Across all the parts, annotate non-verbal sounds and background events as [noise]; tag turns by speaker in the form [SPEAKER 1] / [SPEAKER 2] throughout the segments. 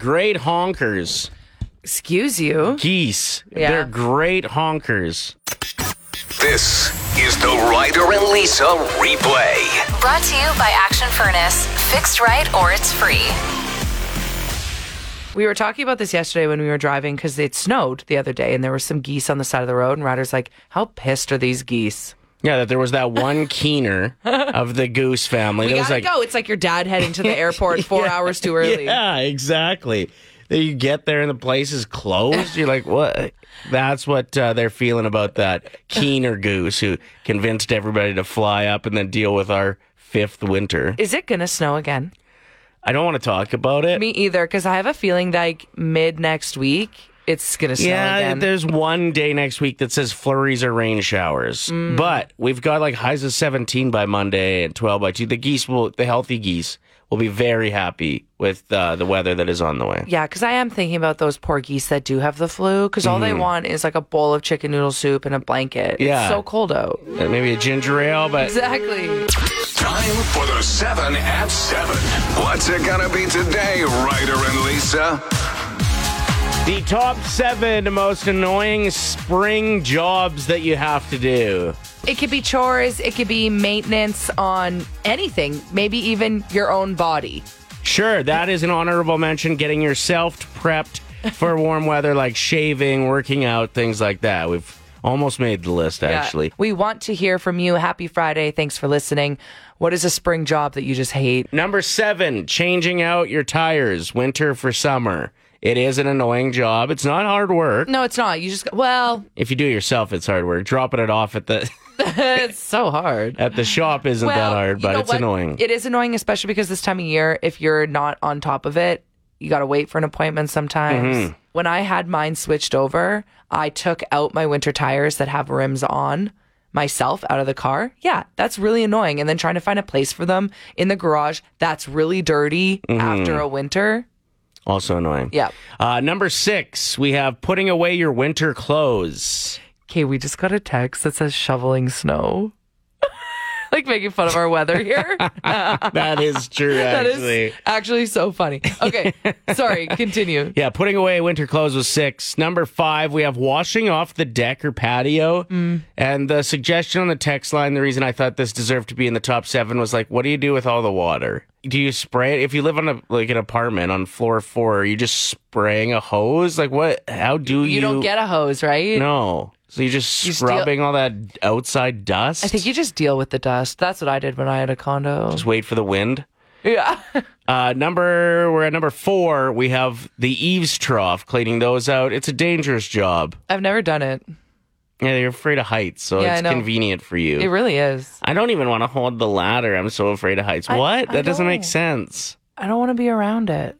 [SPEAKER 1] great honkers.
[SPEAKER 2] Excuse you.
[SPEAKER 1] Geese.
[SPEAKER 2] Yeah.
[SPEAKER 1] They're great honkers.
[SPEAKER 3] This is the Ryder and Lisa replay.
[SPEAKER 4] Brought to you by Action Furnace. Fixed right or it's free.
[SPEAKER 2] We were talking about this yesterday when we were driving because it snowed the other day and there were some geese on the side of the road. And Ryder's like, How pissed are these geese?
[SPEAKER 1] Yeah, that there was that
[SPEAKER 2] [laughs]
[SPEAKER 1] one keener of the goose family.
[SPEAKER 2] We
[SPEAKER 1] that was
[SPEAKER 2] gotta
[SPEAKER 1] like,
[SPEAKER 2] go. It's like your dad heading to [laughs] the airport four hours too early.
[SPEAKER 1] Yeah, exactly. Then you get there and the place is closed. You're like, what? That's what uh, they're feeling about that keener goose who convinced everybody to fly up and then deal with our fifth winter.
[SPEAKER 2] Is it gonna snow again?
[SPEAKER 1] I don't want to talk about it.
[SPEAKER 2] Me either, because I have a feeling like mid next week it's gonna snow
[SPEAKER 1] yeah,
[SPEAKER 2] again.
[SPEAKER 1] there's one day next week that says flurries or rain showers, but we've got like highs of 17 by Monday and 12 by 2. The geese will, the healthy geese, will be very happy with uh, the weather that is on the way.
[SPEAKER 2] Yeah, because I am thinking about those poor geese that do have the flu, because all they want is like a bowl of chicken noodle soup and a blanket.
[SPEAKER 1] Yeah.
[SPEAKER 2] It's so cold out.
[SPEAKER 1] Uh, Maybe a ginger ale, but
[SPEAKER 2] Exactly.
[SPEAKER 3] Time for the 7 at 7. What's it gonna be today, Ryder and Lisa?
[SPEAKER 1] The top seven most annoying spring jobs that you have to do.
[SPEAKER 2] It could be chores, it could be maintenance on anything, maybe even your own body.
[SPEAKER 1] Sure, that is an honorable mention. Getting yourself prepped for warm weather, like shaving, working out, things like that. We've almost made the list, actually.
[SPEAKER 2] We want to hear from you. Happy Friday. Thanks for listening. What is a spring job that you just hate?
[SPEAKER 1] Number seven, changing out your tires, winter for summer. It is an annoying job. It's not hard work.
[SPEAKER 2] No, it's not. You just, well, [laughs]
[SPEAKER 1] If you do it yourself, it's hard work. Dropping it off at the [laughs]
[SPEAKER 2] it's so hard.
[SPEAKER 1] at the shop isn't that hard,
[SPEAKER 2] you
[SPEAKER 1] but
[SPEAKER 2] know
[SPEAKER 1] it's
[SPEAKER 2] what?
[SPEAKER 1] annoying.
[SPEAKER 2] It is annoying, especially because this time of year, if you're not on top of it, you got to wait for an appointment sometimes.
[SPEAKER 1] Mm-hmm.
[SPEAKER 2] When I had mine switched over, I took out my winter tires that have rims on myself out of the car. Yeah, that's really annoying. And then trying to find a place for them in the garage, that's really dirty
[SPEAKER 1] Mm-hmm.
[SPEAKER 2] after a winter.
[SPEAKER 1] also annoying.
[SPEAKER 2] Yeah.
[SPEAKER 1] Uh, number six, we have putting away your winter clothes.
[SPEAKER 2] Okay, we just got a text that says shoveling snow. [laughs] like making fun of our weather
[SPEAKER 1] [laughs]
[SPEAKER 2] here.
[SPEAKER 1] That
[SPEAKER 2] [laughs]
[SPEAKER 1] is true,
[SPEAKER 2] that
[SPEAKER 1] actually.
[SPEAKER 2] is actually so funny. Okay, sorry, continue.
[SPEAKER 1] Yeah, putting away winter clothes was six. Number five, we have washing off the deck or patio.
[SPEAKER 2] Mm.
[SPEAKER 1] And the suggestion on the text line, the reason I thought this deserved to be in the top seven was like, what do you do with all the water? Do you spray it? If you live on a like an apartment on floor four, are you just spraying a hose? Like what? How do you?
[SPEAKER 2] You, don't get a hose, right?
[SPEAKER 1] no. So you're just
[SPEAKER 2] You steal-
[SPEAKER 1] scrubbing all that outside dust.
[SPEAKER 2] I think you just deal with the dust. That's what I did when I had a condo.
[SPEAKER 1] just wait for the wind.
[SPEAKER 2] yeah. [laughs]
[SPEAKER 1] Uh, number we're at number four. We have the eaves trough, cleaning those out. It's a dangerous job.
[SPEAKER 2] I've never done it.
[SPEAKER 1] Yeah, you're afraid of heights, so
[SPEAKER 2] Yeah, I
[SPEAKER 1] it's
[SPEAKER 2] know.
[SPEAKER 1] convenient for you.
[SPEAKER 2] It really is.
[SPEAKER 1] I don't even want to hold the ladder. I'm so afraid of heights.
[SPEAKER 2] I-
[SPEAKER 1] what?
[SPEAKER 2] I
[SPEAKER 1] that doesn't make
[SPEAKER 2] don't.
[SPEAKER 1] sense.
[SPEAKER 2] I don't want to be around it.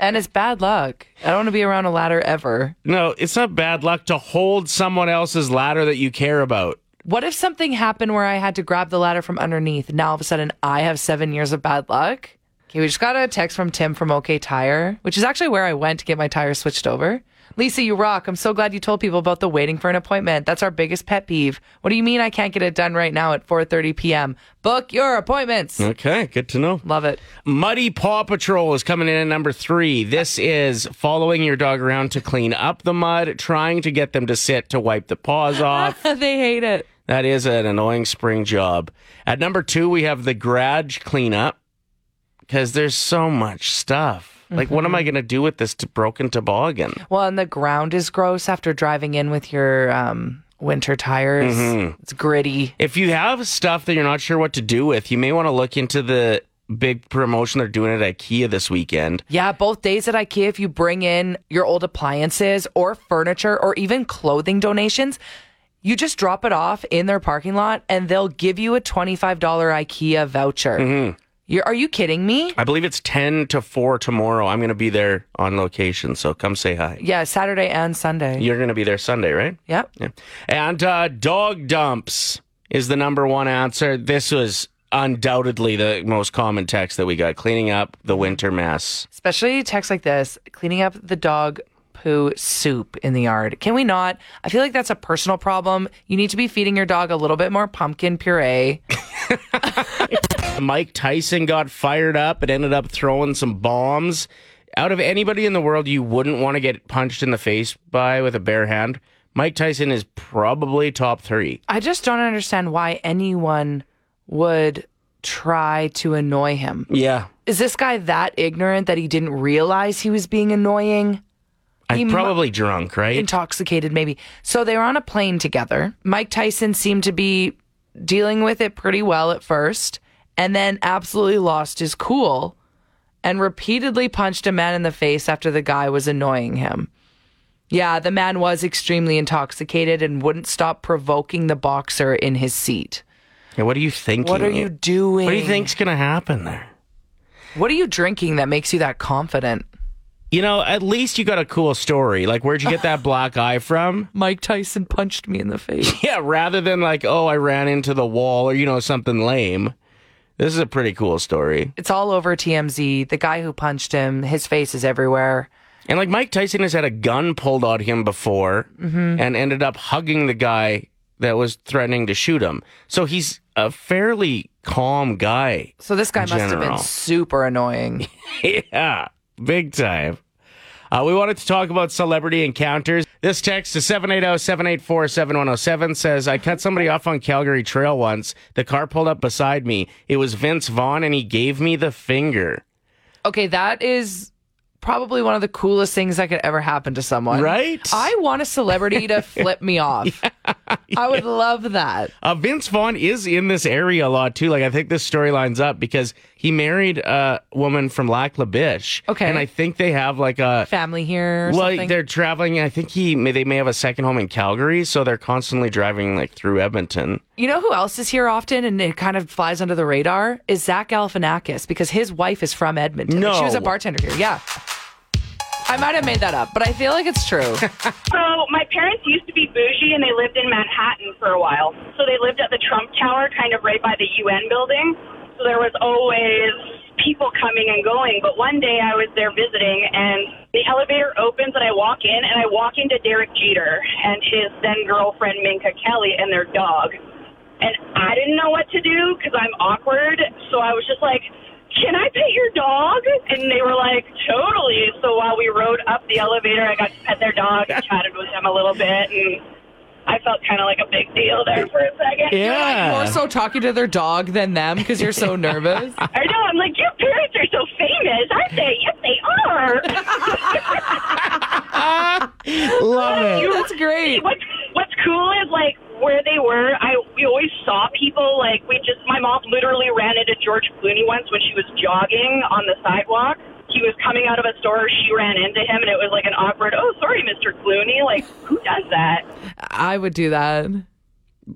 [SPEAKER 2] and it's bad luck. I don't want to be around a ladder ever.
[SPEAKER 1] No, it's not bad luck to hold someone else's ladder that you care about.
[SPEAKER 2] What if something happened where I had to grab the ladder from underneath? Now all of a sudden I have seven years of bad luck. Okay, we just got a text from Tim from OK Tire, which is actually where I went to get my tires switched over. Lisa, you rock. I'm so glad you told people about the waiting for an appointment. That's our biggest pet peeve. What do you mean I can't get it done right now at 4:30 p.m.? Book your appointments.
[SPEAKER 1] Okay, good to know.
[SPEAKER 2] Love it.
[SPEAKER 1] Muddy Paw Patrol is coming in at number three. This is following your dog around to clean up the mud, trying to get them to sit to wipe the
[SPEAKER 2] [laughs]
[SPEAKER 1] paws off.
[SPEAKER 2] [laughs] they hate it.
[SPEAKER 1] That is an annoying spring job. At number two, we have the garage cleanup because there's so much stuff. Like, what am I going to do with this t- broken toboggan?
[SPEAKER 2] Well, and the ground is gross after driving in with your um, winter tires. It's gritty.
[SPEAKER 1] If you have stuff that you're not sure what to do with, you may want to look into the big promotion they're doing at IKEA this weekend.
[SPEAKER 2] Yeah, both days at IKEA, if you bring in your old appliances or furniture or even clothing donations, you just drop it off in their parking lot and they'll give you a $25 IKEA voucher. You're, are you kidding me?
[SPEAKER 1] I believe it's 10 to 4 tomorrow. I'm going to be there on location, so come say hi.
[SPEAKER 2] Yeah, Saturday and Sunday.
[SPEAKER 1] You're going to be there Sunday, right?
[SPEAKER 2] Yep.
[SPEAKER 1] Yeah. And uh, dog dumps is the number one answer. This was undoubtedly the most common text that we got cleaning up the winter mess.
[SPEAKER 2] especially texts like this cleaning up the dog poo soup in the yard can we not i feel like that's a personal problem you need to be feeding your dog a little bit more pumpkin puree
[SPEAKER 1] Mike Tyson got fired up and ended up throwing some bombs out of anybody in the world you wouldn't want to get punched in the face by with a bare hand, Mike Tyson is probably top three.
[SPEAKER 2] I just don't understand why anyone would try to annoy him.
[SPEAKER 1] Yeah.
[SPEAKER 2] Is this guy that ignorant that he didn't realize he was being annoying?
[SPEAKER 1] I'm probably drunk, right?
[SPEAKER 2] intoxicated maybe. So they were on a plane together. Mike Tyson seemed to be dealing with it pretty well at first and then absolutely lost his cool and repeatedly punched a man in the face after the guy was annoying him. Yeah, the man was extremely intoxicated and wouldn't stop provoking the boxer in his seat.
[SPEAKER 1] Yeah, what are you thinking?
[SPEAKER 2] What are you doing?
[SPEAKER 1] What do you think's going to happen there?
[SPEAKER 2] What are you drinking that makes you that confident?
[SPEAKER 1] You know, at least you got a cool story. Like, where'd you get that black eye from?
[SPEAKER 2] Mike Tyson punched me in the face.
[SPEAKER 1] Yeah, rather than like, oh, I ran into the wall or, you know, something lame. This is a pretty cool story.
[SPEAKER 2] [laughs] It's all over TMZ. The guy who punched him, his face is everywhere.
[SPEAKER 1] And like Mike Tyson has had a gun pulled on him before and ended up hugging the guy that was threatening to shoot him. So he's a fairly calm guy.
[SPEAKER 2] So this guy must have
[SPEAKER 1] General.
[SPEAKER 2] been super [laughs] annoying.
[SPEAKER 1] [laughs] yeah, big time. Uh, we wanted to talk about celebrity encounters. This text to 780 784 7107 says I cut somebody off on Calgary Trail once. The car pulled up beside me. It was Vince Vaughn, and he gave me the finger.
[SPEAKER 2] Okay, that is probably one of the coolest things that could ever happen to someone.
[SPEAKER 1] Right?
[SPEAKER 2] I want a celebrity [laughs] to flip me off. I would love that.
[SPEAKER 1] Uh, Vince Vaughn is in this area a lot too. Like I think this story lines up because he married a woman from Lac La Biche.
[SPEAKER 2] Okay.
[SPEAKER 1] and I think they have like a
[SPEAKER 2] Family here. Or
[SPEAKER 1] well,
[SPEAKER 2] something.
[SPEAKER 1] they're traveling. I think he may, they may have a second home in Calgary, so they're constantly driving like through Edmonton.
[SPEAKER 2] You know who else is here often and it kind of flies under the radar? Is Zach Galifianakis because his wife is from Edmonton.
[SPEAKER 1] No.
[SPEAKER 2] She was a bartender here. Yeah. I might have made that up, but I feel like it's
[SPEAKER 1] [laughs]
[SPEAKER 2] true.
[SPEAKER 5] So my parents used to be bougie, and they lived in Manhattan for a while. So they lived at the Trump Tower, kind of right by the UN building. So there was always people coming and going. But one day I was there visiting, and the elevator opens, and I walk in, and I walk into Derek Jeter and his then girlfriend Minka Kelly and their dog. And I didn't know what to do because I'm awkward. So I was just like, can I pet your dog? And they were like, totally. So while we rode up the elevator, I got to pet their dog and chatted with them a little bit. And I felt kind of like a big deal there for a
[SPEAKER 2] More
[SPEAKER 5] second.
[SPEAKER 1] Yeah,
[SPEAKER 2] so talking to their dog than them because you're
[SPEAKER 1] [laughs]
[SPEAKER 2] so nervous.
[SPEAKER 5] I know. I'm like, your parents are so famous, aren't they? Yes, they are.
[SPEAKER 1] love it.
[SPEAKER 2] That's great.
[SPEAKER 5] [laughs] what's what's cool is like where they were. I we always saw people like we just my mom literally ran into George Clooney once when she was jogging on the sidewalk. He was coming out of a store. She ran into him, and it was like an awkward. Oh, sorry, Mr. Clooney. Like who does that?
[SPEAKER 2] I would do that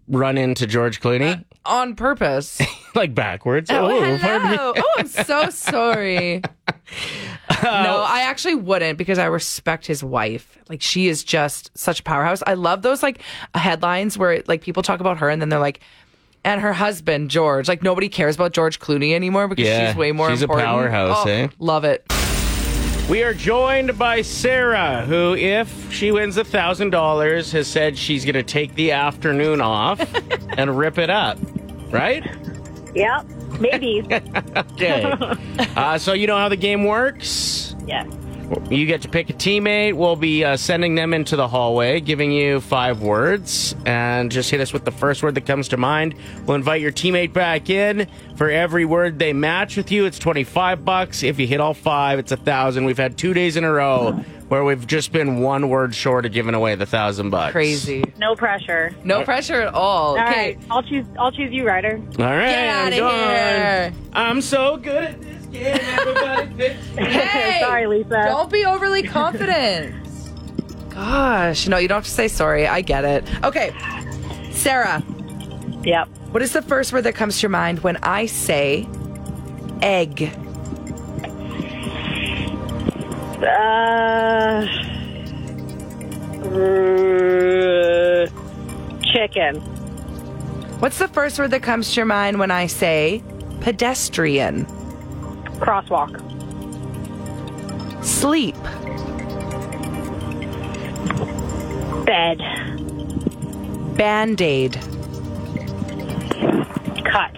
[SPEAKER 1] Run into George Clooney
[SPEAKER 2] on purpose.
[SPEAKER 1] like backwards.
[SPEAKER 2] Uh, Oh,
[SPEAKER 1] Ooh, pardon me.
[SPEAKER 2] hello. Oh, I'm so
[SPEAKER 1] [laughs]
[SPEAKER 2] sorry.
[SPEAKER 1] Oh.
[SPEAKER 2] no, I actually wouldn't because I respect his wife. Like she is just such a powerhouse. I love those like headlines where like people talk about her and then they're like and her husband George. Like nobody cares about George Clooney anymore because
[SPEAKER 1] Yeah,
[SPEAKER 2] she's way more
[SPEAKER 1] she's a
[SPEAKER 2] important.
[SPEAKER 1] powerhouse,
[SPEAKER 2] Oh,
[SPEAKER 1] eh?
[SPEAKER 2] Love it.
[SPEAKER 1] We are joined by Sarah, who, if she wins a thousand dollars, has said she's going to take the afternoon off and rip it up. Right?
[SPEAKER 6] Yep,
[SPEAKER 5] [laughs]
[SPEAKER 6] maybe.
[SPEAKER 1] Okay. uh, so you know how the game works.
[SPEAKER 6] yes.
[SPEAKER 1] You get to pick a teammate. We'll be uh, sending them into the hallway, giving you five words, and just hit us with the first word that comes to mind. We'll invite your teammate back in. For every word they match with you, it's twenty-five bucks. If you hit all five, it's a thousand. We've had two days in a row where we've just been one word short of giving away the thousand bucks.
[SPEAKER 2] Crazy.
[SPEAKER 6] No pressure.
[SPEAKER 2] No pressure at all.
[SPEAKER 6] All
[SPEAKER 2] okay.
[SPEAKER 6] right, I'll choose. I'll choose you, Ryder.
[SPEAKER 1] All right,
[SPEAKER 2] Get
[SPEAKER 1] I'm
[SPEAKER 2] outta
[SPEAKER 1] done.
[SPEAKER 2] here.
[SPEAKER 1] I'm so good at this game.
[SPEAKER 2] [laughs]
[SPEAKER 1] Everybody picks
[SPEAKER 2] Hey,
[SPEAKER 6] [laughs] Sorry, Lisa.
[SPEAKER 2] Don't be overly confident. Gosh, no, you don't have to say sorry. I get it. Okay, Sarah,
[SPEAKER 6] Yep.
[SPEAKER 2] what is the first word that comes to your mind when I say egg?
[SPEAKER 6] Uh, uh, chicken.
[SPEAKER 2] What's the first word that comes to your mind when I say pedestrian?
[SPEAKER 6] Crosswalk.
[SPEAKER 2] Sleep.
[SPEAKER 6] Bed.
[SPEAKER 2] Band aid.
[SPEAKER 6] Cut.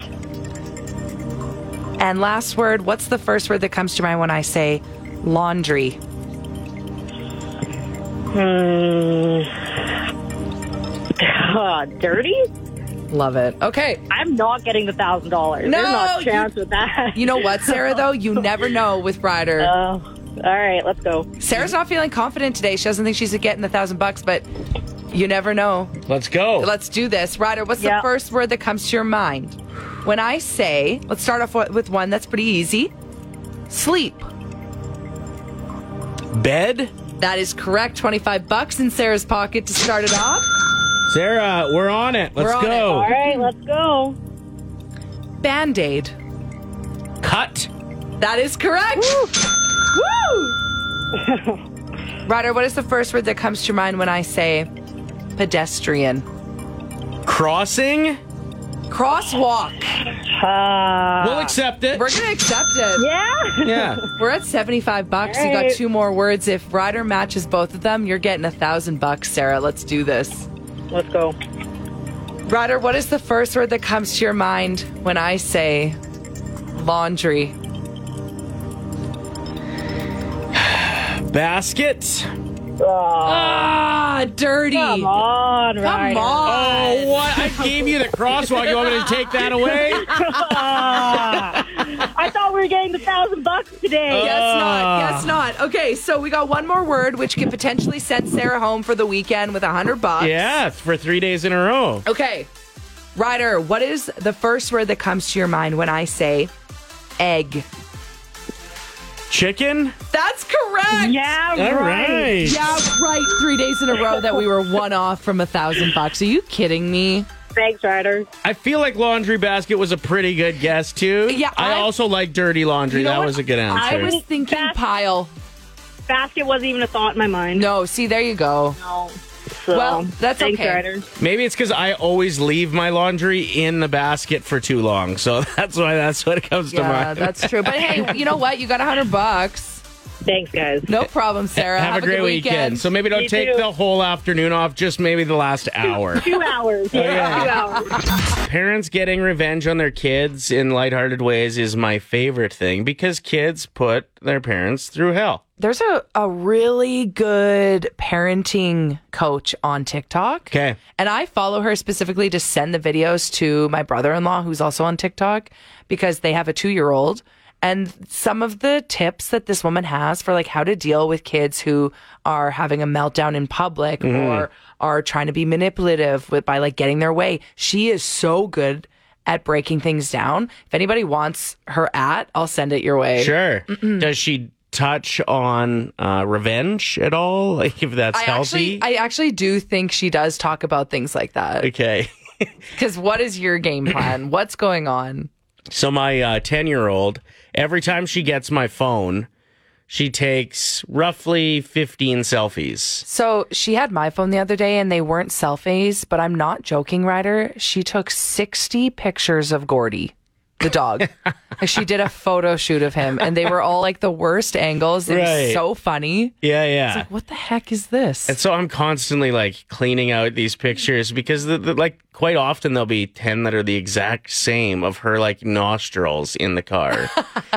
[SPEAKER 2] And last word, what's the first word that comes to mind when I say Laundry.
[SPEAKER 6] Uh, dirty?
[SPEAKER 2] Love it. Okay.
[SPEAKER 6] I'm not getting the thousand dollars. There's
[SPEAKER 2] No,
[SPEAKER 6] not a
[SPEAKER 2] you-
[SPEAKER 6] chance with that. [laughs]
[SPEAKER 2] You know what, Sarah, though? You never know with Ryder.
[SPEAKER 6] Oh, all right, let's go.
[SPEAKER 2] Sarah's not feeling confident today. She doesn't think she's getting the thousand bucks, but you never know.
[SPEAKER 1] Let's go.
[SPEAKER 2] Let's do this. Ryder, what's
[SPEAKER 6] Yeah.
[SPEAKER 2] the first word that comes to your mind? When I say, let's start off with one that's pretty easy sleep.
[SPEAKER 1] Bed?
[SPEAKER 2] That is correct. 25 bucks in Sarah's pocket to start it off.
[SPEAKER 1] Sarah, we're on it. Let's
[SPEAKER 2] We're on
[SPEAKER 1] go.
[SPEAKER 6] All right, let's go.
[SPEAKER 2] Band aid.
[SPEAKER 1] Cut.
[SPEAKER 2] That is correct. Woo! [laughs] Ryder, what is the first word that comes to your mind when I say pedestrian?
[SPEAKER 1] Crossing?
[SPEAKER 2] Crosswalk.
[SPEAKER 6] Uh,
[SPEAKER 1] we'll accept it.
[SPEAKER 2] We're going to accept it.
[SPEAKER 6] yeah.
[SPEAKER 1] yeah.
[SPEAKER 2] [laughs] We're at 75 bucks. You got
[SPEAKER 6] Alright.
[SPEAKER 2] two more words. If Ryder matches both of them, you're getting a thousand bucks, Sarah. Let's do this.
[SPEAKER 6] Let's go.
[SPEAKER 2] Ryder, what is the first word that comes to your mind when I say laundry?
[SPEAKER 1] Basket?
[SPEAKER 6] Oh,
[SPEAKER 2] Ah, dirty.
[SPEAKER 6] come on,
[SPEAKER 2] Come
[SPEAKER 6] Ryder.
[SPEAKER 2] on.
[SPEAKER 1] Oh, what? I gave you the crosswalk. You want me to take that away?
[SPEAKER 6] I thought we were getting the thousand bucks today.
[SPEAKER 2] Guess not. Guess not. Okay, so we got one more word, which could potentially send Sarah home for the weekend with a hundred bucks.
[SPEAKER 1] Yeah, it's for three days in a row.
[SPEAKER 2] Okay, Ryder, what is the first word that comes to your mind when I say egg?
[SPEAKER 1] Chicken?
[SPEAKER 2] That's correct.
[SPEAKER 6] yeah,
[SPEAKER 1] All
[SPEAKER 6] right.
[SPEAKER 1] right.
[SPEAKER 2] Yeah, right. Three days in a row that we were one off from a thousand bucks. Are you kidding me?
[SPEAKER 6] Thanks, Ryder.
[SPEAKER 1] I feel like laundry basket was a pretty good guess, too.
[SPEAKER 2] Yeah,
[SPEAKER 1] I,
[SPEAKER 2] I-
[SPEAKER 1] also like dirty laundry.
[SPEAKER 2] You know
[SPEAKER 1] that
[SPEAKER 2] what?
[SPEAKER 1] was a good answer.
[SPEAKER 2] I was thinking
[SPEAKER 6] That's-
[SPEAKER 2] pile.
[SPEAKER 6] Basket wasn't even a thought in my mind.
[SPEAKER 2] No, see, there you go.
[SPEAKER 6] No. So,
[SPEAKER 2] Well, that's
[SPEAKER 6] thanks,
[SPEAKER 2] okay.
[SPEAKER 6] Ryder.
[SPEAKER 1] Maybe it's because I always leave my laundry in the basket for too long. So [laughs] that's why that's what comes to
[SPEAKER 2] Yeah,
[SPEAKER 1] mind.
[SPEAKER 2] that's true. But hey, you know what? You got a hundred bucks.
[SPEAKER 6] Thanks, guys.
[SPEAKER 2] No problem, Sarah.
[SPEAKER 1] Have, a great
[SPEAKER 2] good
[SPEAKER 1] weekend. So maybe don't
[SPEAKER 6] You
[SPEAKER 1] take
[SPEAKER 6] too.
[SPEAKER 1] the whole afternoon off, just maybe the last hour. Oh,
[SPEAKER 6] Two hours. Yeah,
[SPEAKER 1] yeah.
[SPEAKER 6] two hours.
[SPEAKER 1] Parents getting revenge on their kids in lighthearted ways is my favorite thing because kids put their parents through hell.
[SPEAKER 2] There's a, a really good parenting coach on TikTok.
[SPEAKER 1] Okay.
[SPEAKER 2] And I follow her specifically to send the videos to my brother in law, who's also on TikTok, because they have a two year old. And some of the tips that this woman has for like how to deal with kids who are having a meltdown in public or are trying to be manipulative with, by like getting their way. She is so good at breaking things down. If anybody wants her at, I'll send it your way.
[SPEAKER 1] Sure. Does she touch on uh, revenge at all? [laughs] Like if that's
[SPEAKER 2] I
[SPEAKER 1] healthy?
[SPEAKER 2] actually, I actually do think she does talk about things like that.
[SPEAKER 1] okay. [laughs]
[SPEAKER 2] Because what is your game plan? What's going on?
[SPEAKER 1] So my ten year old, every time she gets my phone, she takes roughly fifteen selfies.
[SPEAKER 2] So she had my phone the other day, and they weren't selfies. But I'm not joking, Ryder. She took 60 pictures of Gordy,
[SPEAKER 1] [laughs]
[SPEAKER 2] the dog. Like, she did a photo shoot of him, and they were all like the worst angles. It
[SPEAKER 1] Right.
[SPEAKER 2] was so funny.
[SPEAKER 1] Yeah, yeah.
[SPEAKER 2] What the heck is this?
[SPEAKER 1] And so I'm constantly like cleaning out these pictures because the, the, like quite often there'll be 10 that are the exact same of her like nostrils in the car.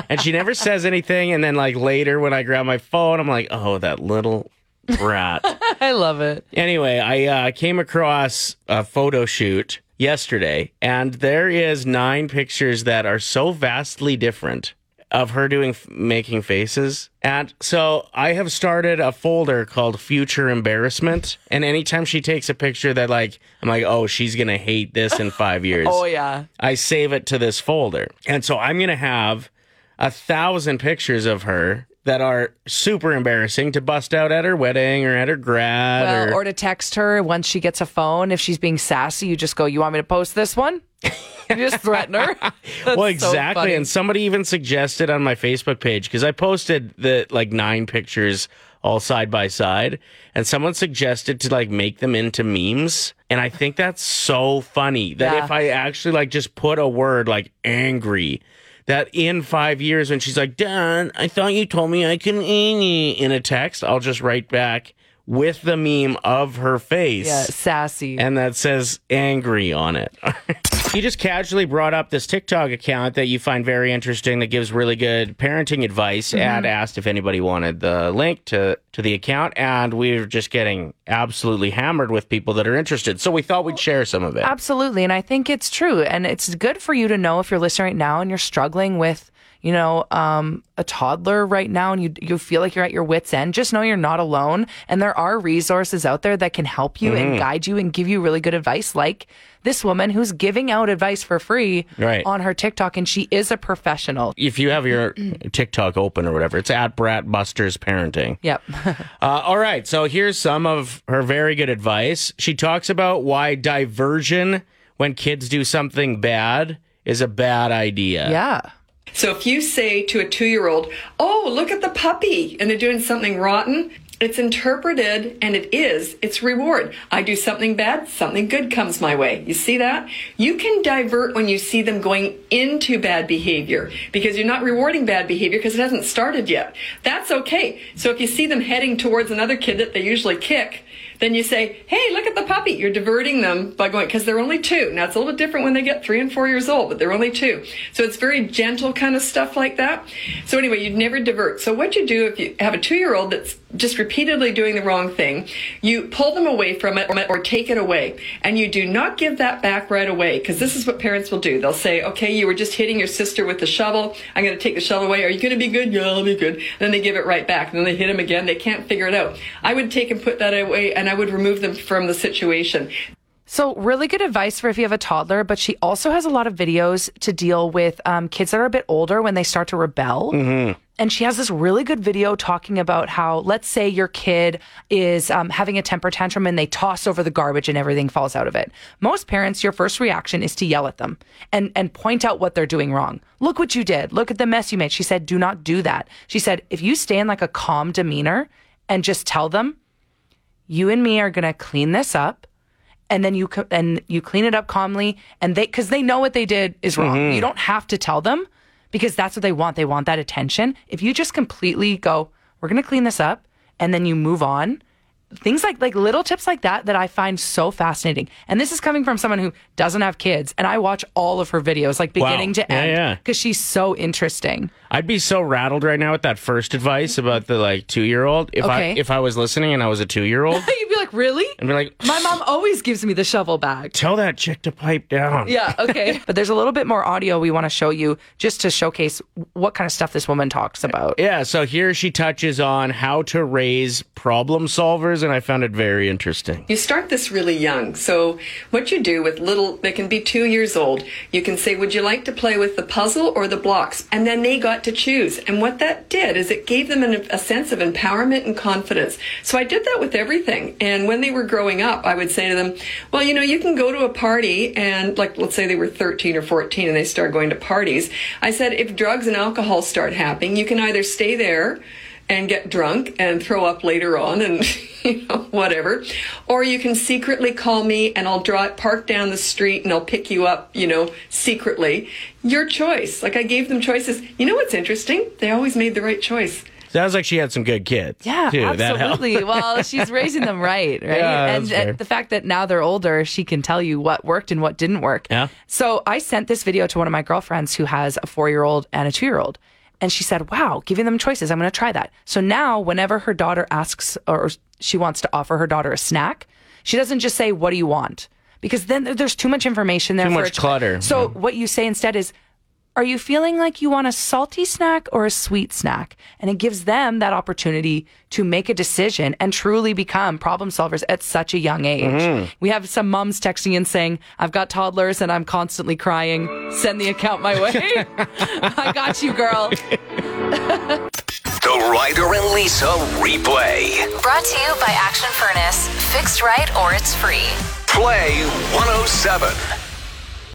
[SPEAKER 1] and she never says anything and then like later when I grab my phone I'm like, "Oh, that little brat."
[SPEAKER 2] I love it.
[SPEAKER 1] Anyway, I uh, came across a photo shoot yesterday, and there is nine pictures that are so vastly different of her doing f- making faces. And so I have started a folder called Future Embarrassment, and anytime she takes a picture that like I'm like, oh, she's gonna hate this in
[SPEAKER 2] [laughs]
[SPEAKER 1] five years.
[SPEAKER 2] Oh yeah.
[SPEAKER 1] I save it to this folder. And so I'm going to have a thousand pictures of her that are super embarrassing to bust out at her wedding or at her grad
[SPEAKER 2] Well,
[SPEAKER 1] or,
[SPEAKER 2] Uh, or to text her once she gets a phone. If she's being sassy, you just go, "You want me to post
[SPEAKER 1] [laughs]
[SPEAKER 2] this one?" you just threaten her. [laughs] That's
[SPEAKER 1] well
[SPEAKER 2] so
[SPEAKER 1] exactly
[SPEAKER 2] funny.
[SPEAKER 1] and somebody even suggested on my facebook page because i posted the like nine pictures all side by side and someone suggested to like make them into memes and i think that's so funny that
[SPEAKER 2] Yeah.
[SPEAKER 1] if i actually like just put a word like angry that in five years when she's like dad i thought you told me i couldn't eat in a text i'll just write back with the meme of her face
[SPEAKER 2] Yeah, sassy.
[SPEAKER 1] and that says angry on it. [laughs] you just casually brought up this TikTok account that you find very interesting that gives really good parenting advice and asked if anybody wanted the link to, to the account. And we're just getting absolutely hammered with people that are interested. So we thought we'd share some of it.
[SPEAKER 2] Absolutely. And I think it's true. And it's good for you to know if you're listening right now and you're struggling with, you know, um, a toddler right now and you, you feel like you're at your wits' end, just know you're not alone. And there are resources out there that can help you and guide you and give you really good advice, like this woman who's giving out advice for free
[SPEAKER 1] Right.
[SPEAKER 2] on her TikTok. And she is a professional.
[SPEAKER 1] If you have your TikTok open or whatever, it's at Brat Busters Parenting.
[SPEAKER 2] Yep. [laughs]
[SPEAKER 1] Uh, all right, so here's some of her very good advice. She talks about why diversion when kids do something bad is a bad idea.
[SPEAKER 2] yeah.
[SPEAKER 7] So if you say to a two year old, oh, look at the puppy, and they're doing something rotten, it's interpreted and it is its reward. I do something bad, something good comes my way. You see that? You can divert when you see them going into bad behavior because you're not rewarding bad behavior because it hasn't started yet. That's okay. So if you see them heading towards another kid that they usually kick, then you say, hey, look at the puppy. You're diverting them by going, because they're only two. Now, it's a little different when they get three and four years old, but they're only two. So it's very gentle kind of stuff like that. So, anyway, you'd never divert. So, what you do if you have a two year old that's just repeatedly doing the wrong thing, you pull them away from it or, or take it away. And you do not give that back right away, because this is what parents will do. They'll say, okay, you were just hitting your sister with the shovel. I'm going to take the shovel away. Are you going to be good? Yeah, I'll be good. And then they give it right back. And then they hit him again. They can't figure it out. I would take and put that away and I would remove them from the situation.
[SPEAKER 2] So, really good advice for if you have a toddler, but she also has a lot of videos to deal with um, kids that are a bit older when they start to rebel. And she has this really good video talking about how, let's say your kid is um, having a temper tantrum and they toss over the garbage and everything falls out of it. Most parents, your first reaction is to yell at them and, and point out what they're doing wrong. Look what you did. Look at the mess you made. She said, do not do that. She said, if you stay in like a calm demeanor and just tell them, you and me are going to clean this up and then you co- and you clean it up calmly and they cuz they know what they did is wrong.
[SPEAKER 1] Mm-hmm.
[SPEAKER 2] You don't have to tell them because that's what they want. They want that attention. If you just completely go, we're going to clean this up and then you move on. Things like like little tips like that that I find so fascinating. And this is coming from someone who doesn't have kids and I watch all of her videos like beginning to
[SPEAKER 1] Yeah,
[SPEAKER 2] end
[SPEAKER 1] yeah.
[SPEAKER 2] cuz she's so interesting.
[SPEAKER 1] I'd be so rattled right now with that first advice about the like two year old. If I
[SPEAKER 2] Okay.
[SPEAKER 1] if I was listening and I was a two year
[SPEAKER 2] [laughs]
[SPEAKER 1] old,
[SPEAKER 2] You'd be like, "Really?"
[SPEAKER 1] I'd be like,
[SPEAKER 2] My mom always gives me the shovel bag.
[SPEAKER 1] tell that chick to pipe down.
[SPEAKER 2] Yeah, okay. [laughs] but there's a little bit more audio we want to show you just to showcase what kind of stuff this woman talks about.
[SPEAKER 1] Yeah, so here she touches on how to raise problem solvers, and I found it very interesting.
[SPEAKER 7] You start this really young. So, what you do with little, they can be two years old, you can say, Would you like to play with the puzzle or the blocks? And then they got to choose. And what that did is it gave them an, a sense of empowerment and confidence. So, I did that with everything. And when they were growing up, I would say to them, Well, you know, you can go to a party and, like, let's say they were 13 or 14 and they started going to parties. I said, If drugs and alcohol start happening, you can either stay there and get drunk and throw up later on and [laughs] you know whatever or you can secretly call me and I'll draw park down the street and I'll pick you up you know secretly your choice like I gave them choices you know what's interesting they always made the right choice
[SPEAKER 1] Sounds like she had some good kids.
[SPEAKER 2] Yeah,
[SPEAKER 1] too. That helped.
[SPEAKER 2] absolutely. well, she's raising them right, right?
[SPEAKER 1] Yeah,
[SPEAKER 2] and,
[SPEAKER 1] that's fair.
[SPEAKER 2] and the fact that now they're older, she can tell you what worked and what didn't work.
[SPEAKER 1] Yeah.
[SPEAKER 2] So I sent this video to one of my girlfriends who has a four year old and a two year old. And she said, Wow, giving them choices. I'm going to try that. So now, whenever her daughter asks or she wants to offer her daughter a snack, she doesn't just say, What do you want? Because then there- there's too much information there.
[SPEAKER 1] Too
[SPEAKER 2] for
[SPEAKER 1] much
[SPEAKER 2] a chi-
[SPEAKER 1] clutter.
[SPEAKER 2] So what you say instead is, are you feeling like you want a salty snack or a sweet snack? And it gives them that opportunity to make a decision and truly become problem solvers at such a young age.
[SPEAKER 1] Mm-hmm.
[SPEAKER 2] We have some moms texting in saying, I've got toddlers and I'm constantly crying. Send the account my way. [laughs] I got you, girl.
[SPEAKER 3] The Ryder and Lisa replay.
[SPEAKER 4] Brought to you by Action Furnace. Fixed right or it's free.
[SPEAKER 3] oh Play 107.